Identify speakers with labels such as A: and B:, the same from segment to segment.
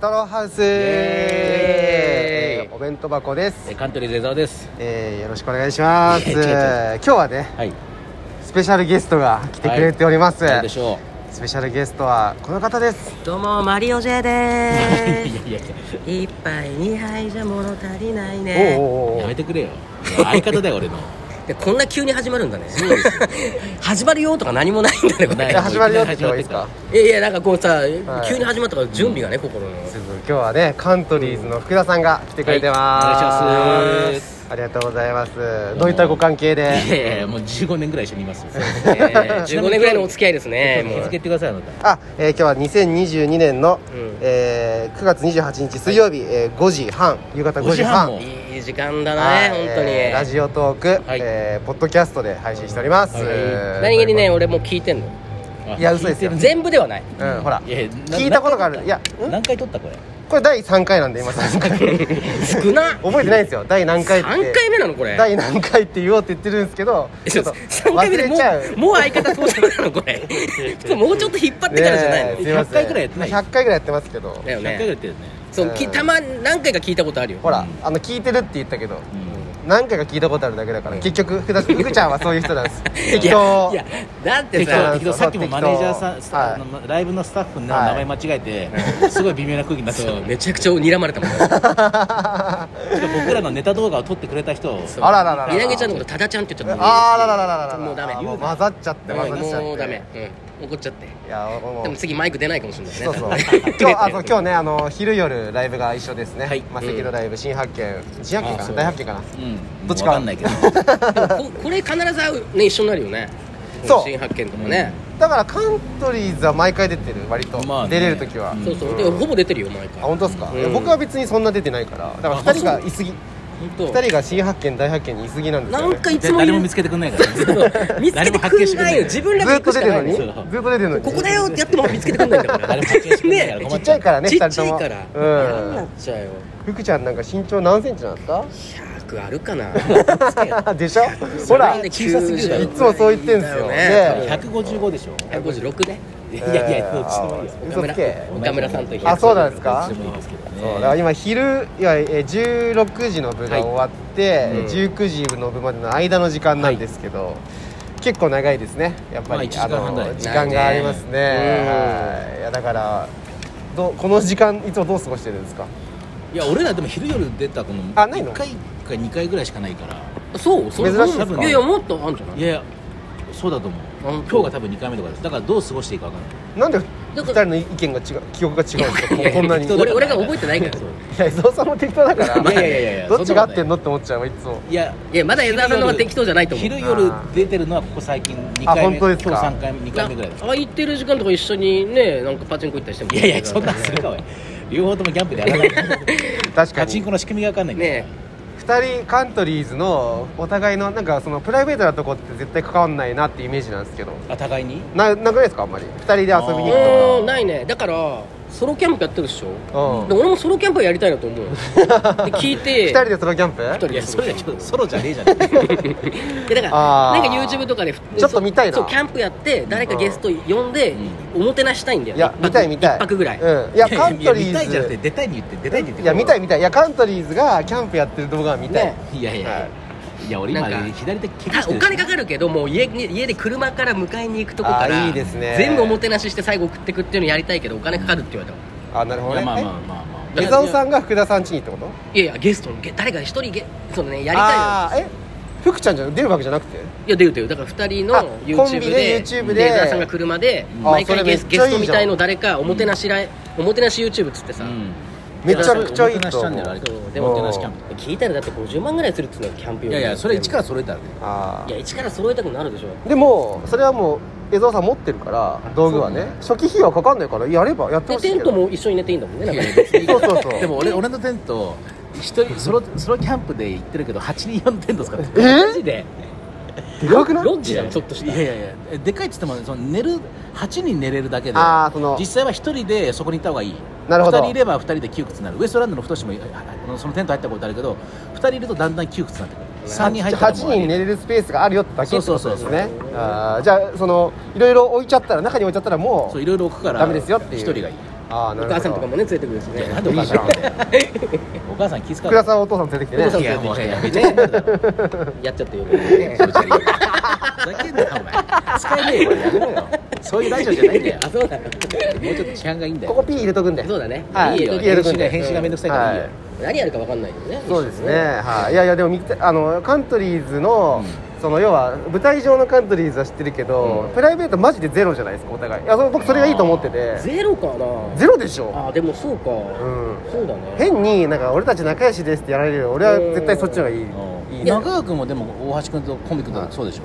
A: トロハウス、
B: エーイ
A: えーお弁当箱です
B: え、カントリーレザーです
A: えーよろしくお願いします
B: いや違う違う
A: 今日はね
B: はい
A: スペシャルゲストが来てくれております、
B: どうでしょ
A: スペシャルゲストはこの方です
C: どうもマリオ J
B: ういや
C: で
B: いやいや
C: す一杯二杯じゃ物足りない
A: お
C: ね
A: お
B: やめてくれよ相方だ よ俺の
C: でこんな急に始まるんだね 始まるよとか何もないんだねこ
B: ない
C: れ
A: じゃあ始まるよって言った方がいいですか
C: いやいやなんかこうさ、
A: い
C: 急に始まったから準備がね心の
A: すぐ今日はねカントリーズの福田さんが来てくれてます、
B: はいお願いします
A: ありがとうございますどういったご関係
B: い
A: で
B: やいやいやもう15年ぐらい一緒にいます
C: えー15年ぐらいのお付き合いですねも
B: 日
C: う
B: 付言ってくださいあなた
A: あ、えー今日は2022年の、
C: うん
A: えー9月28日水曜日、えー5時半夕方5時半
B: 5時半も
C: いい時間だ
A: はい
C: ね本当に、
A: えーラジオトーク、
B: はい
A: えーポッドキャストで配信しております、
B: はい
A: えー
C: 何気にね俺もう聞いてんの
B: あ
A: いや嘘ですよ
B: 聞いてる
C: 全部ではない
A: うん、ほら
B: いやいやな
A: 聞いたことがあるいやん
B: 何回撮ったこれ
A: これ第3回なんで今3回 覚
C: 少な
A: えてないんですよ第何回って
C: 3回目なのこれ
A: 第何回って言おうって言ってるんですけど
C: え
A: ち
C: ち
A: ょ
C: ょ
A: っ
C: っ
A: と
C: と3回目
A: 忘
C: で
A: れ
C: も
A: ちゃう
C: うもう相方登場なのこれ普通もうちょっと引っ張ってからじゃないの、
A: ねえすいません
B: 100回くらいやってない
A: 100回ぐらいやってますけど
C: だよ
B: 100回ぐらい
C: ね
B: やってるね
C: そうきたま何回か聞いたことあるよ
A: ほら、
B: うん
A: あの聞いてるって言ったけど
B: うん
A: 何回か聞いたことあるだけだから、結局福田君福ちゃんはそういう人なんです適
C: い
A: 当
C: や いやだって
B: 適当
C: さ
B: 適当さっきもマネージャーさんスタあのライブのスタッフの名前間違えてすごい微妙な空気になってた
C: そうめちゃくちゃ睨ま れたもんね
B: しかも僕らのネタ動画を撮ってくれた人を
C: そう
A: あらららら
C: 稲毛ちゃんのことタダちゃんって言っちゃった
A: あーらららららら
C: もうダメ
A: あもう混ざっちゃって混ざっちゃって
C: もうダメ、うん、怒っちゃって
A: いやもう
C: でも次マイク出ないかもしれないね
A: そうそう
C: 今
A: 今日あそう今日ねあの昼夜ライブが一緒ですね、
B: はい
A: マセキのライブ新発見新発見
B: あ
A: か
B: そ
A: な大
B: う
A: 発見かな
B: うん
A: どっちか
B: わかんないけど
C: ここれ必ず会うね一緒になるよね
A: そう
C: 新発見とかね、
A: だからカントリーズは毎回出てる割と、
B: まあね
A: 出れる時は、
B: うん
C: そうそうでほぼ出てるよ毎
A: あ
C: 回
A: 本当ですか、
C: うん
A: いや僕は別にそんな出てないからだから2人がいすぎ
C: 当
A: 2人が新発見大発見にいすぎなんですよ、
C: な
A: ね、
C: んかいつ
B: で
C: も
B: 誰も見つけてくんない からね
C: 見つけてくんないよ自分
A: ず
C: らで
A: っ
C: 行
A: と
C: く
A: 出
C: しか
A: てるの
C: ない
A: に
C: の
A: ず
B: そ
A: っ
B: う
A: と出てるのに
C: ここだよってやっても見つけてくんないんだから
B: 誰も発見してくんない から困
A: ちっ
B: っ
A: ち
B: ち
A: ゃ
B: ゃ
A: いうからね
C: ちっ
A: 2
C: ち
A: 人
C: ゃい
A: とも
C: から嫌にな
A: う
C: っ
A: ん
C: ちゃうよ
A: 福ちゃんなんか身長何センチなんですか
C: 100あるか な
A: でしょほらい
B: 小さすぎるだろい
A: つもそう言ってんすよね
B: 155でしょ
C: 156ね
B: いやいやどっちでもいいよ
A: 嘘つけ
C: 岡村さんと
A: あそうなんですか
B: どっちでもいいですけどね
A: そうだから今昼いやえー16時の部が終わって、
B: うん
A: 19時の部までの間の時間なんですけど、結構長いですねやっぱ
B: まあ
A: り、
B: 一時間半ぐらい
A: の時間がありますねはいいやだからどうこの時間いつもどう過ごしてるんですか
B: いや俺らでも昼夜出たこの
A: あないの
B: 1回か2回ぐらいしかないから
C: そうそう
A: 珍しいです
B: か
C: いやいやもっとあるんじゃない
B: いやいやそうだと思う
C: あ本
B: 今
C: 当
B: 日が多分2回目とかですだからどう過ごしていいか分かんない
A: なんで2
C: だから
A: 人の意見が違う記憶が違うんですかここんなにい
B: 適当だか
C: 俺
B: ら
C: 俺が覚えてないか ら
B: そう
A: や伊沢さんも適当だから
B: いやいやいやいや
A: どっちが合ってん
B: の
A: のって思っちゃうわいつも
B: いや
C: いやまだ江沢さんの方が適当じゃないと思う
B: 昼夜出てるのはここ最近2回目
A: あ本当ですか
B: 今日3回目2回目ぐらいです
C: 空いてる時間とか一緒にねなんかパチンコ行ったりしても
B: いやいやそんなんするかおい両方ともギャンブルやらないから
A: 確か
B: パチ
A: に
B: ンコの仕組みが分かんないから
C: ね
A: 2人カントリーズのお互いのなんかそのプライベートなとこって絶対関わんないなってイメージなんですけど
B: あ互いに
A: ななくないですかあんまり2人で遊び
C: う
A: に行くと
C: ーんないねだからソロキャンプやってるでしょ
A: うん
C: で俺もソロキャンプやりたいな と思うよで聞いて
A: 2人でソロキャンプ
C: 一人
B: い
C: で
B: や
C: す
B: そ
C: る
B: れじゃちょっとソロじゃねえじゃね
C: でだから
A: あー
C: なんか YouTube とかでち
A: ちょっと見たいな
C: そうキャンプやって誰かゲスト呼んでおもてなししたいんだよ
A: いや
C: 一
A: 見
C: 泊
A: たい見たい
C: 一泊ぐらい
A: うん、いやカントリ
B: 見たい
A: ー
B: じゃなく
A: ズ
B: て出たいに言って出たいに言って
A: いや見たい見たいいやカントリーズがキャンプやってる動画は見たい、
C: ね
B: いやいやいやいや俺今
C: なんか
B: 左手怪我
C: た
B: して
C: お
B: る
C: 金かかるけどもう家に家で車から迎えに行くとこから
A: あいいですね
C: 全部おもてなしして最後送ってくっていうのやりたいけどお金かかるって言われたの
A: あなるほ
B: い
A: ど
B: や
A: ね
B: まあまあまあま
A: え江澤さんが福田さん家にってこと
C: いやいやゲストのゲ誰か一人ゲそのねやりたい
A: ああーえ福ちゃんじゃ出るわけじゃなくて
C: のいや出る出るだから二人の
A: あコン
C: YouTube
A: ビで
C: で
A: YouTube で
C: レーザーさんが車で
A: ん
C: 毎
A: あ
C: 回
A: それめ
C: ゲ
A: っち
C: ス
A: ゃいいじゃ
C: ゲスト
A: ん
C: みたいの誰かおもてなしライおもてなし YouTube っつってさ、
B: あうん
A: めちゃくちゃいい
B: おもてなし
A: と
B: チャ
A: 思
B: ンネルあれ
A: う
C: そう
B: で
C: で
B: も
C: も
B: おもてなしキャンプ
C: 聞いたらだって50万ぐらいするっつうのよキャンプ用
B: い
C: に
B: やいやそれ一から揃えたらね
A: あ
C: いや一から揃えたくなるでしょ
A: あでもそれはもう江澤さん持ってるから道具はね初期費用はかかんないからやればやって
C: で
A: ほしいけ
C: テント
A: ど
C: も一緒に寝ていいんだもんねだから
A: そうそうそう
B: でも俺俺のテント一人ソロソロキャンプで行ってるけど8人用のテント使ってる
A: え
B: マジで
A: でかくない
C: ロッジじゃんちょっとし
B: い
C: た
B: やいやいやえでかいっつってもその寝る8人寝れるだけで
A: あーその
B: 実際は一人でそこに行った方がいい
A: なるほど
B: 2人いれば2人で窮屈になるウエストランドの太しもあのそのテント入ったことあるけど2人いるとだんだん窮屈になってくる3人入ったら
A: 8
B: もうあり
A: 人寝れるスペースがあるよってだけってことですね
B: そう
A: あーじゃあそのいろいろ置いちゃったら中に置いちゃったらも
B: そうういろいろ置くから
A: ダメですよっていう
B: 1人がいい
A: ああな
C: お
A: るほど
C: 母さんとかもね連れてくるしね
B: なんでお母さんってお母さん気遣う
A: 倉さんはお父さん連れてきて
C: お父さん
A: ね
B: いやもうやめて
C: ねやっちゃったよね
B: 気持ち悪いよふざけんなよお前使えねえよやめろよそういうラジオじゃないんだよ
C: あそうだ
B: もうちょっと治安がいいんだ
A: こ
B: よ
A: こ P 入れとくんで
C: そうだね
A: はい
C: いいよ
A: 入れ
B: 編
A: とく
B: 集
A: んで
B: が編集がめんどくさいからいいよ、
A: はい
C: 何やるか分かんないよね
A: そうですね、はい、いやいやでも見てあのカントリーズの、その要は舞台上のカントリーズは知ってるけど、
C: うん
A: プライベートマジでゼロじゃないですかお互いいやそ僕それがいいと思ってて
C: ゼロかな
A: ゼロでしょ、
C: あーでもそうか、
A: ん
C: そうだね
A: 変になんか俺たち仲良しですってやられるより俺は絶対そっちの方がいい,、
B: うん
A: いい
B: 中川君もでも大橋君とコンビ君とそうでしょ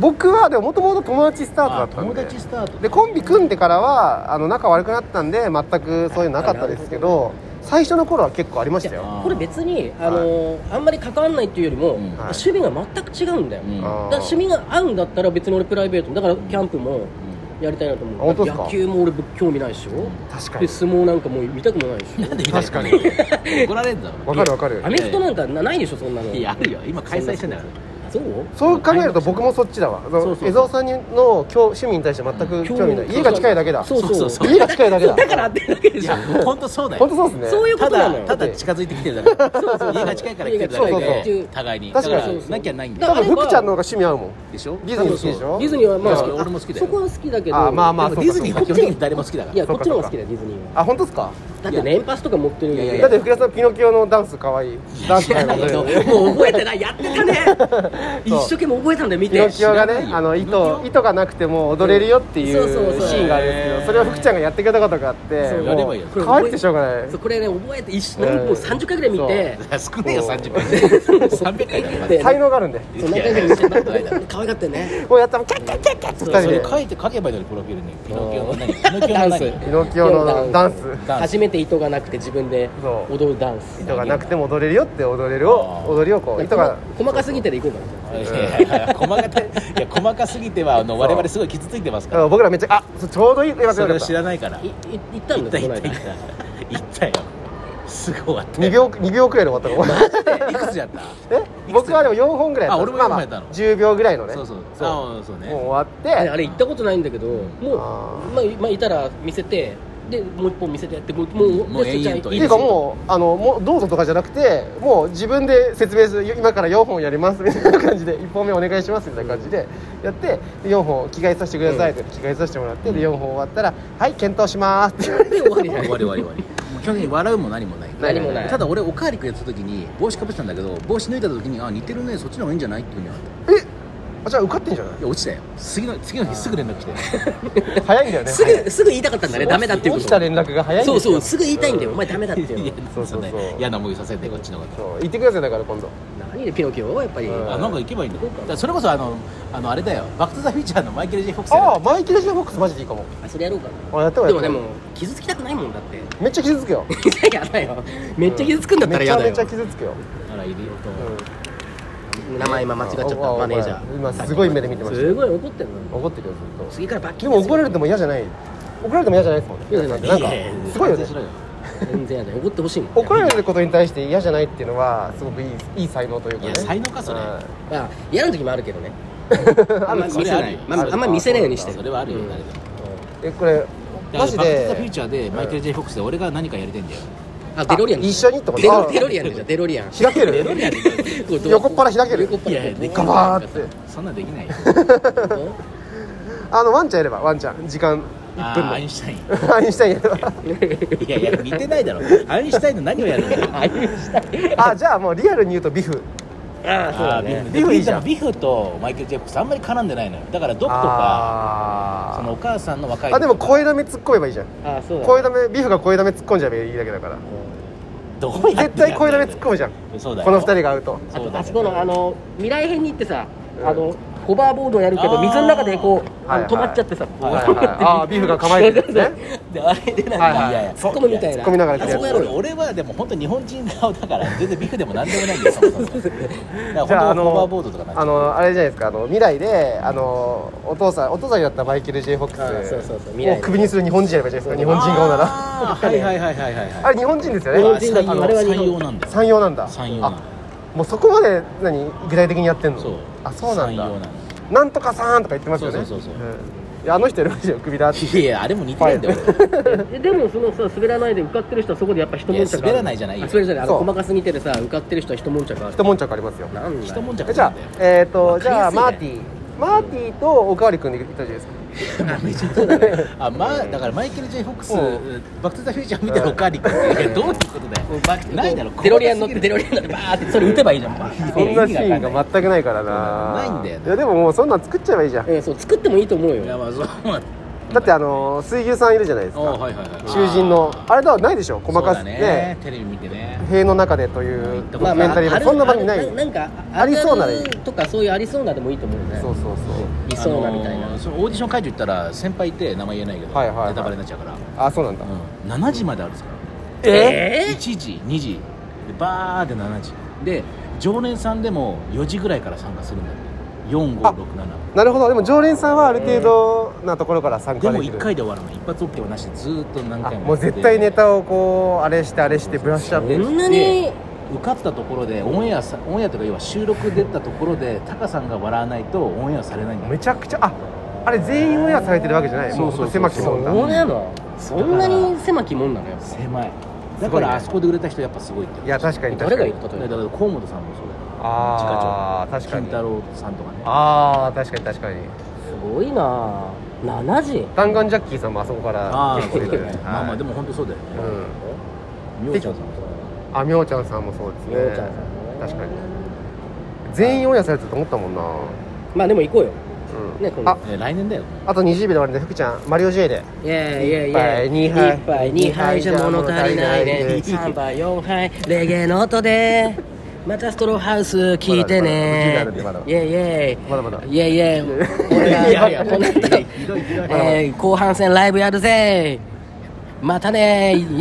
A: 僕はでももともと友達スタートだ
B: あ
A: ったん
B: 友
A: で
B: 達スタート
A: でコンビ組んでからはあの仲悪くなったんで全くそういうのなかったですけど最初の頃は結構ありましたよ
B: あ
A: あ
B: ー
C: これ別にあのーあんまり関わんないっていうよりも、
B: うん
A: はい
C: 趣味が全く違うんだよ、
B: うん
C: だ
A: ー
C: から趣味が合うんだったら別に俺プライベートもだからキャンプもやりたいなと
A: あ
C: 思う
A: 本当ですか
C: 野球も俺興味ないでしょ
A: 確か
C: で
A: に
C: 相撲なんかもう見たくもないでし
B: なんで見
C: ょ
B: たい
A: 確かに
B: 怒られんだろ
A: わかるわかる
C: アメフトなんかなないでしょそんなの
B: いやあるよ今開催してんだから
C: そう
A: そう考えると僕もそっちだわその
B: そうそう
A: 江蔵さんの興趣味に対して全く興味ない家が近いだけだ
C: そうそう
B: そうそう
A: 家が近いだけだ
C: だから合ってるだけで
B: い
C: しょ
B: や本当そうだよ
A: 本当そうですね
C: そういうこ
B: た
C: となの
B: だ
C: よ
B: ただ近づいてきてるだけ家が近いから来てるだ
A: そうそう
B: け
A: そ
B: で互いにだ
A: 確
B: か
A: かに
B: らなきゃないんだよ
A: 多分福ちゃんの方が趣味合うもん
B: でしょ
A: ディズニー好きでしょ
C: ディズニーはま
B: いや
C: あ
B: 俺も好きだよ
C: そこは好きだけど
A: あまあまあ
B: でもディズニーは基本的に誰も好きだか
C: いや
B: ら
C: こっちの方が好きだよディズニーは
A: あ本当ですか
C: だって年パスとか持ってる
B: いやい
A: だ
B: や
A: って福田さんピノキオのダンス可愛いダンス可愛い
B: いやいやいや
C: もう覚えてないやってたね一
A: そう
C: 生懸命覚えたんだよ見
A: ピ
C: て
A: ノキオが
B: 知ら
A: ね
B: ないよ
A: あの糸糸がなくても踊れるよってい
C: そうそう
A: う
C: そう
A: シーンがあるんですけ
B: へー
A: どそれを福ちゃんがやってくれたことがあっ
C: そ
A: て
C: う
A: もう
B: やればいいよ
A: 可愛くてしょうがない
C: そうこれね覚えて一緒
A: うん
C: もう30回ぐらい見て
B: 少ねえよ30回300回だよまだ
C: で
A: 才能があるんで
B: い
C: そう何回
B: や
C: か
B: い
C: 見
B: やそんなことないだろ
C: て 可愛かったよね
A: こうやったらキャッキャッキャッキャッって
C: そう
A: 二
B: そ
A: 人
B: れ
A: で
B: 書いて書けばいいのにプロフィールにピノキオの何ピノキオの
C: ダン
B: 何
C: ス
A: ピノキオのダンス
B: ダンス
C: 初めて糸がなくて自分で
A: そう
C: 踊るダンス
A: 糸がなくても踊れるよって踊れるを
B: あー
A: 踊りをこう糸が
C: 細細かすぎてでいこうかない
B: やいや細かていや細かすぎてはあの
A: う
B: 我々すごい傷ついてます
A: だ
B: か
A: からら僕らめっちゃあそうちょうどいい今
B: そ
A: か
B: れを
A: ら
B: 知らないから
C: い
B: 行
C: い行ったん
B: っ
C: だ
B: た
C: よ
B: 行っ
C: こ
B: た
C: の
B: 行っ
C: 間
B: た行ったよすごい終わった
A: 2秒二秒くらいで終わったの
B: いくつやった
A: え僕はでも4本ぐらいやった
B: あ俺も四本
A: ま
B: やったの
A: まあ10秒ぐらいのね
B: そうそう
A: そう
B: ああそうね
A: もう終わっ
C: あ
A: て
C: れあれ行ったことないんだけどもう
A: あ
C: まあまあいたら見せてでもう一本見せてやってもうもう
B: もう
C: でそっち
B: 延
C: は
B: 々と
A: っていうかもうあのもうどうぞとかじゃなくてもう自分で説明する今から4本やりますみたいな感じで1本目お願いしますみたいな感じでやって4本着替えさせてくださいって着替えさせてもらってで4本終わったら「はい検討します」って言 われて
C: で終わりだ
B: 終
C: ね
B: わり終わり終わりもう基本的に笑うも何もない
A: ない
C: 何もない
B: ただ俺おかわりくれた時に帽子かぶってたんだけど帽子脱いだ時にあ似てるねそっちの方がいいんじゃないっていうふうに言われ
A: あじゃあ受かってんじゃな
B: たいや落ちたよ次の次の日すぐ連絡来て
A: い早いんだよね
C: す
A: 早い
C: ぐすぐ言いたかったんだねダメだっていうこ
A: 落ちた
C: と
A: 連絡が早いんです
C: そ
A: よ
C: うそうすぐ言いたいんだよお前ダメだっていう
B: いや
C: の
A: そうそうそう
B: なんかね嫌な思いさせてこっちの方が
A: そう言ってくださいだから今度
C: 何でピノキオはやっぱり
A: うん
B: あなんか行けばいいんだだからそれこそあのあのあれだよバック・トゥ・ザ・フューチャーのマイケル・ジェフォックス
A: ああマイケル・ジェフォックスマジでいいかも
C: あそれやろうか
A: あやった
C: な
A: わ
C: で
A: やった
C: もで
A: わ
C: も傷つきたくないもんだって
A: めっちゃ傷つくよ
C: いややだよめっちゃ傷つくんだったら嫌だ
A: め
C: よ
A: ちゃめちゃ傷つくよ
B: ならいるよ
C: 名前今間違っちゃったマネージャ
A: うん
C: ー
A: 今すごい目で見てました
C: すごい怒ってんの
A: 怒ってるよずっと
C: 次から罰
A: で
C: 金
A: も怒られ
C: て
A: ても嫌じゃない怒られても嫌じゃないですもんね
C: 嫌じゃない
A: なんか
C: いやいやいや
A: すごいよ
B: 反
A: ね
B: 省しろよ
C: 全然やだよ怒ってほしいもん
A: 怒られることに対して嫌じゃないっていうのはすごくいいいい才能というか
B: い
A: ね
B: や才能かそれ
A: うん
C: まあ嫌な時もあるけ どねあんま見せ
B: それあ
C: な
B: る
C: い
B: よ
C: まああんま見せないようにしてる
B: それはあるよ
C: うん
B: 誰でも
A: えこれ
B: だ
A: マ
B: から
A: ジ
B: バック・トゥ・ザ・フュー
A: で
B: チャーでマイケル・ジェフォックスで俺が何かやりたいんだよ
C: あデロリアン
A: 一緒にってこと
C: デロ
A: あ
C: デロリアンでしょデロリアン
A: 開ける
C: こうどう
A: 横っ腹開ける
C: 横っ腹
B: いやいやでき
A: ガバーって
B: そんなんできないよ
C: 本
A: あのワンちゃんやればワンちゃん時間
B: あ
A: 1
B: ーアイ
A: 分
B: ンシュタイン
A: のアインシュタインやれば
B: いやいや似てないだろアインシュタインの何をやるんだよ
C: 当ああいうした
A: あじゃあもうリアルに言うとビフ
C: ああそうだ
B: あー
C: ね
B: ビ
A: ビ
B: フ
A: フ
B: い
A: いい
B: いじ
A: じ
B: ゃ
A: ゃ
B: ん
A: ん
B: ビフとマイケル・ジェフォックスあんまり絡んでないのよだからドクとか
A: あ
B: そ
A: ー
B: のお母さんの若い
A: あでも声だめ突っ込めばいいじゃん
C: ああそうだ
A: 声だめビフが声だめ突っ込んじゃえばいいだけだから
B: どうやって
A: 絶対声だめ突っ込むじゃん
B: むそうだよ
A: この二人が会うと
C: あ
B: そうだ
C: と
B: ね
C: あそこのあの未来編に行ってさ、
A: うん
C: あのホバーボードをやるけ
B: あ
C: ど
B: ー
C: 水の中でこう、あ
A: は
C: の
A: いはい
C: 止まっちゃってさ、
A: はいはいはい あービーフが構 えてるんですね
B: であれでなん
A: はいは
B: か
A: い
B: いやいや
C: 突っ込むみたいな
A: 突っ込みながら
C: あ
A: 来
C: そ
A: て
C: こやろうよ
B: 俺はでも本当日本人顔だから全然ビフでも何でもないんだよそもそもだから
A: じゃああ
B: 本当ホバー
A: の
B: ボードとかなっちゃ
A: あ
B: う
A: のあれじゃないですかあの未来であのお父さんお父さんになったマイケル・ J ・フォ
C: あーそうそうそう
A: ッ
C: 未
A: クス
C: 来
A: をクビにする日本人やればいいじゃないですか日本人顔なら
B: あーはいはいはいはいはいはい
A: あれ日本人ですよ
C: 日
A: ね
C: 本人だ
B: あ採用
C: あれは日本
B: 採用なんだよ
A: 三陽なんだ
B: 三陽なの
A: あもうそこまで何具体的にやってんの
B: そう
A: あそうなん
B: 三
A: だ
B: 陽なの
A: なんとかさんとか言ってますよね
B: そうそうそうそう
A: うんいやあの人やりましたよ首だって
B: いやいやあれも似てないんだよ
D: えでもそのさ滑らないで受かってる人はそこでやっぱ一
B: 俺い
D: 悶
B: や
D: 着
B: 滑らないじ
D: ゃ
B: ゃない
C: あ
B: よ
C: それじゃないあの
A: そう
C: 細かすぎてるさ受かってる人は一悶着ある
A: 一悶着ありますよ
C: なんだ
B: 一悶着
A: じゃ
B: な
A: あ
B: んだ
A: えっ、と
C: わかりやすいね
A: じゃあマーティーマーティーとおかわり君で行ったじゃないですか
B: よ めちゃくちゃだねあまあだからマイケル・ J ・フォックス
A: うん
B: 「バック・トゥ・ザ・フューチャー」見たらおかわり君っていやどういうことだよないだろ
C: デロリアン乗ってデロリアン乗ってバーってそれ打てばいいじゃんバーって
A: そんなシ
B: 意
A: ー
B: 味わか
A: ン
B: んない
A: が全くないからな
B: ないんだよね
A: いやでももうそんなん作っちゃえばいいじゃん
C: うんそう作ってもいいと思うよ
B: いやまあそう
A: だってあのー水牛さんいるじゃないです
B: あ
A: か
B: はいはいはい
A: 囚人のあれだないでしょ細かす
B: そうだ
A: ね
B: ねテレビ見てね
A: 塀の中でという
B: た
A: ド
B: こと
A: キ
B: な
A: ュメ
B: い
A: ンタリー
C: あ
A: も
C: る
A: そんな番組ない
C: あ
A: よ
C: るなんか
A: ありそうならいい
C: あるとかそういうありそうなでもいいと思うよね
A: そうそうそう
C: いそうなみたいな、
B: あのーそのオーディション会場行ったら先輩いて名前言えないけど、
A: はいはいはい
B: ネタバレになっちゃうから、
A: あそうなんだ
B: うん、7時まであるんですから
C: え
B: 1時2時でバーで7時で常連さんでも4時ぐらいから参加するんだって4567
A: なるほどでも常連さんはある程度なところから参
B: で
A: 加で
B: も
A: きる
B: 1回で終わらない一発 OK はなしでずーっと何
A: あ
B: 回も
A: もう絶対ネタをこうあれしてあれしてブラッシュアッ
C: そ
A: プ
C: んなに
B: 受かったところでオンエアさオンエアとか要は収録出たところでタカさんが笑わないとオンエアされないんだ
A: めちゃくちゃああれ全員オンエアされてるわけじゃない
B: そう
A: も
B: そうそう
A: う狭き
C: そ
A: 門だ
C: うなのそんなに狭きもんなのよ
B: 狭い
A: す
B: だか
A: ごいね
B: らあそこで売れた人やっぱすごいって
A: いや確かに確
C: 誰
A: か
C: が
A: に
C: 言ったと
B: だか
C: よ
B: ら河本さんもそうだよ
A: ああ確か
B: 金
A: に
B: 太郎さんとかね
A: ああ確かに確かに
C: すごいな7時
A: 弾丸ジャッキーさんもあそこから
B: ああ
A: 結構
B: そう
A: 出
B: だ
A: て
B: よ
A: る
B: ね、
A: はい
B: まあまあでも本当そうだよね
A: うん
B: みおちゃんさんもそう
A: あみょうちゃんさんもそうですね
C: みおちゃんさんもね
A: 確かに全員オンエアされてたと思ったもんな
C: まあでも行こうよ
A: うん
C: ね今度
A: あ
B: だよね来年だよ
A: あと20秒で終わりで福ちゃんマリオ J で
C: いやいやい
A: 一杯
C: や
A: 二
C: 一
A: 杯
C: 杯二杯じゃ物足りないね
A: 二杯
C: 3杯4杯レゲエの音でまたストローハウス聞いて
A: ま
C: ね
A: だまだ
C: イェイイェイ
A: まだまだ
C: イェイイェイ俺
B: いやい
C: ら
B: や
C: こんな
B: ひどいひどい
C: えー後半戦ライブやるぜまたねイェイ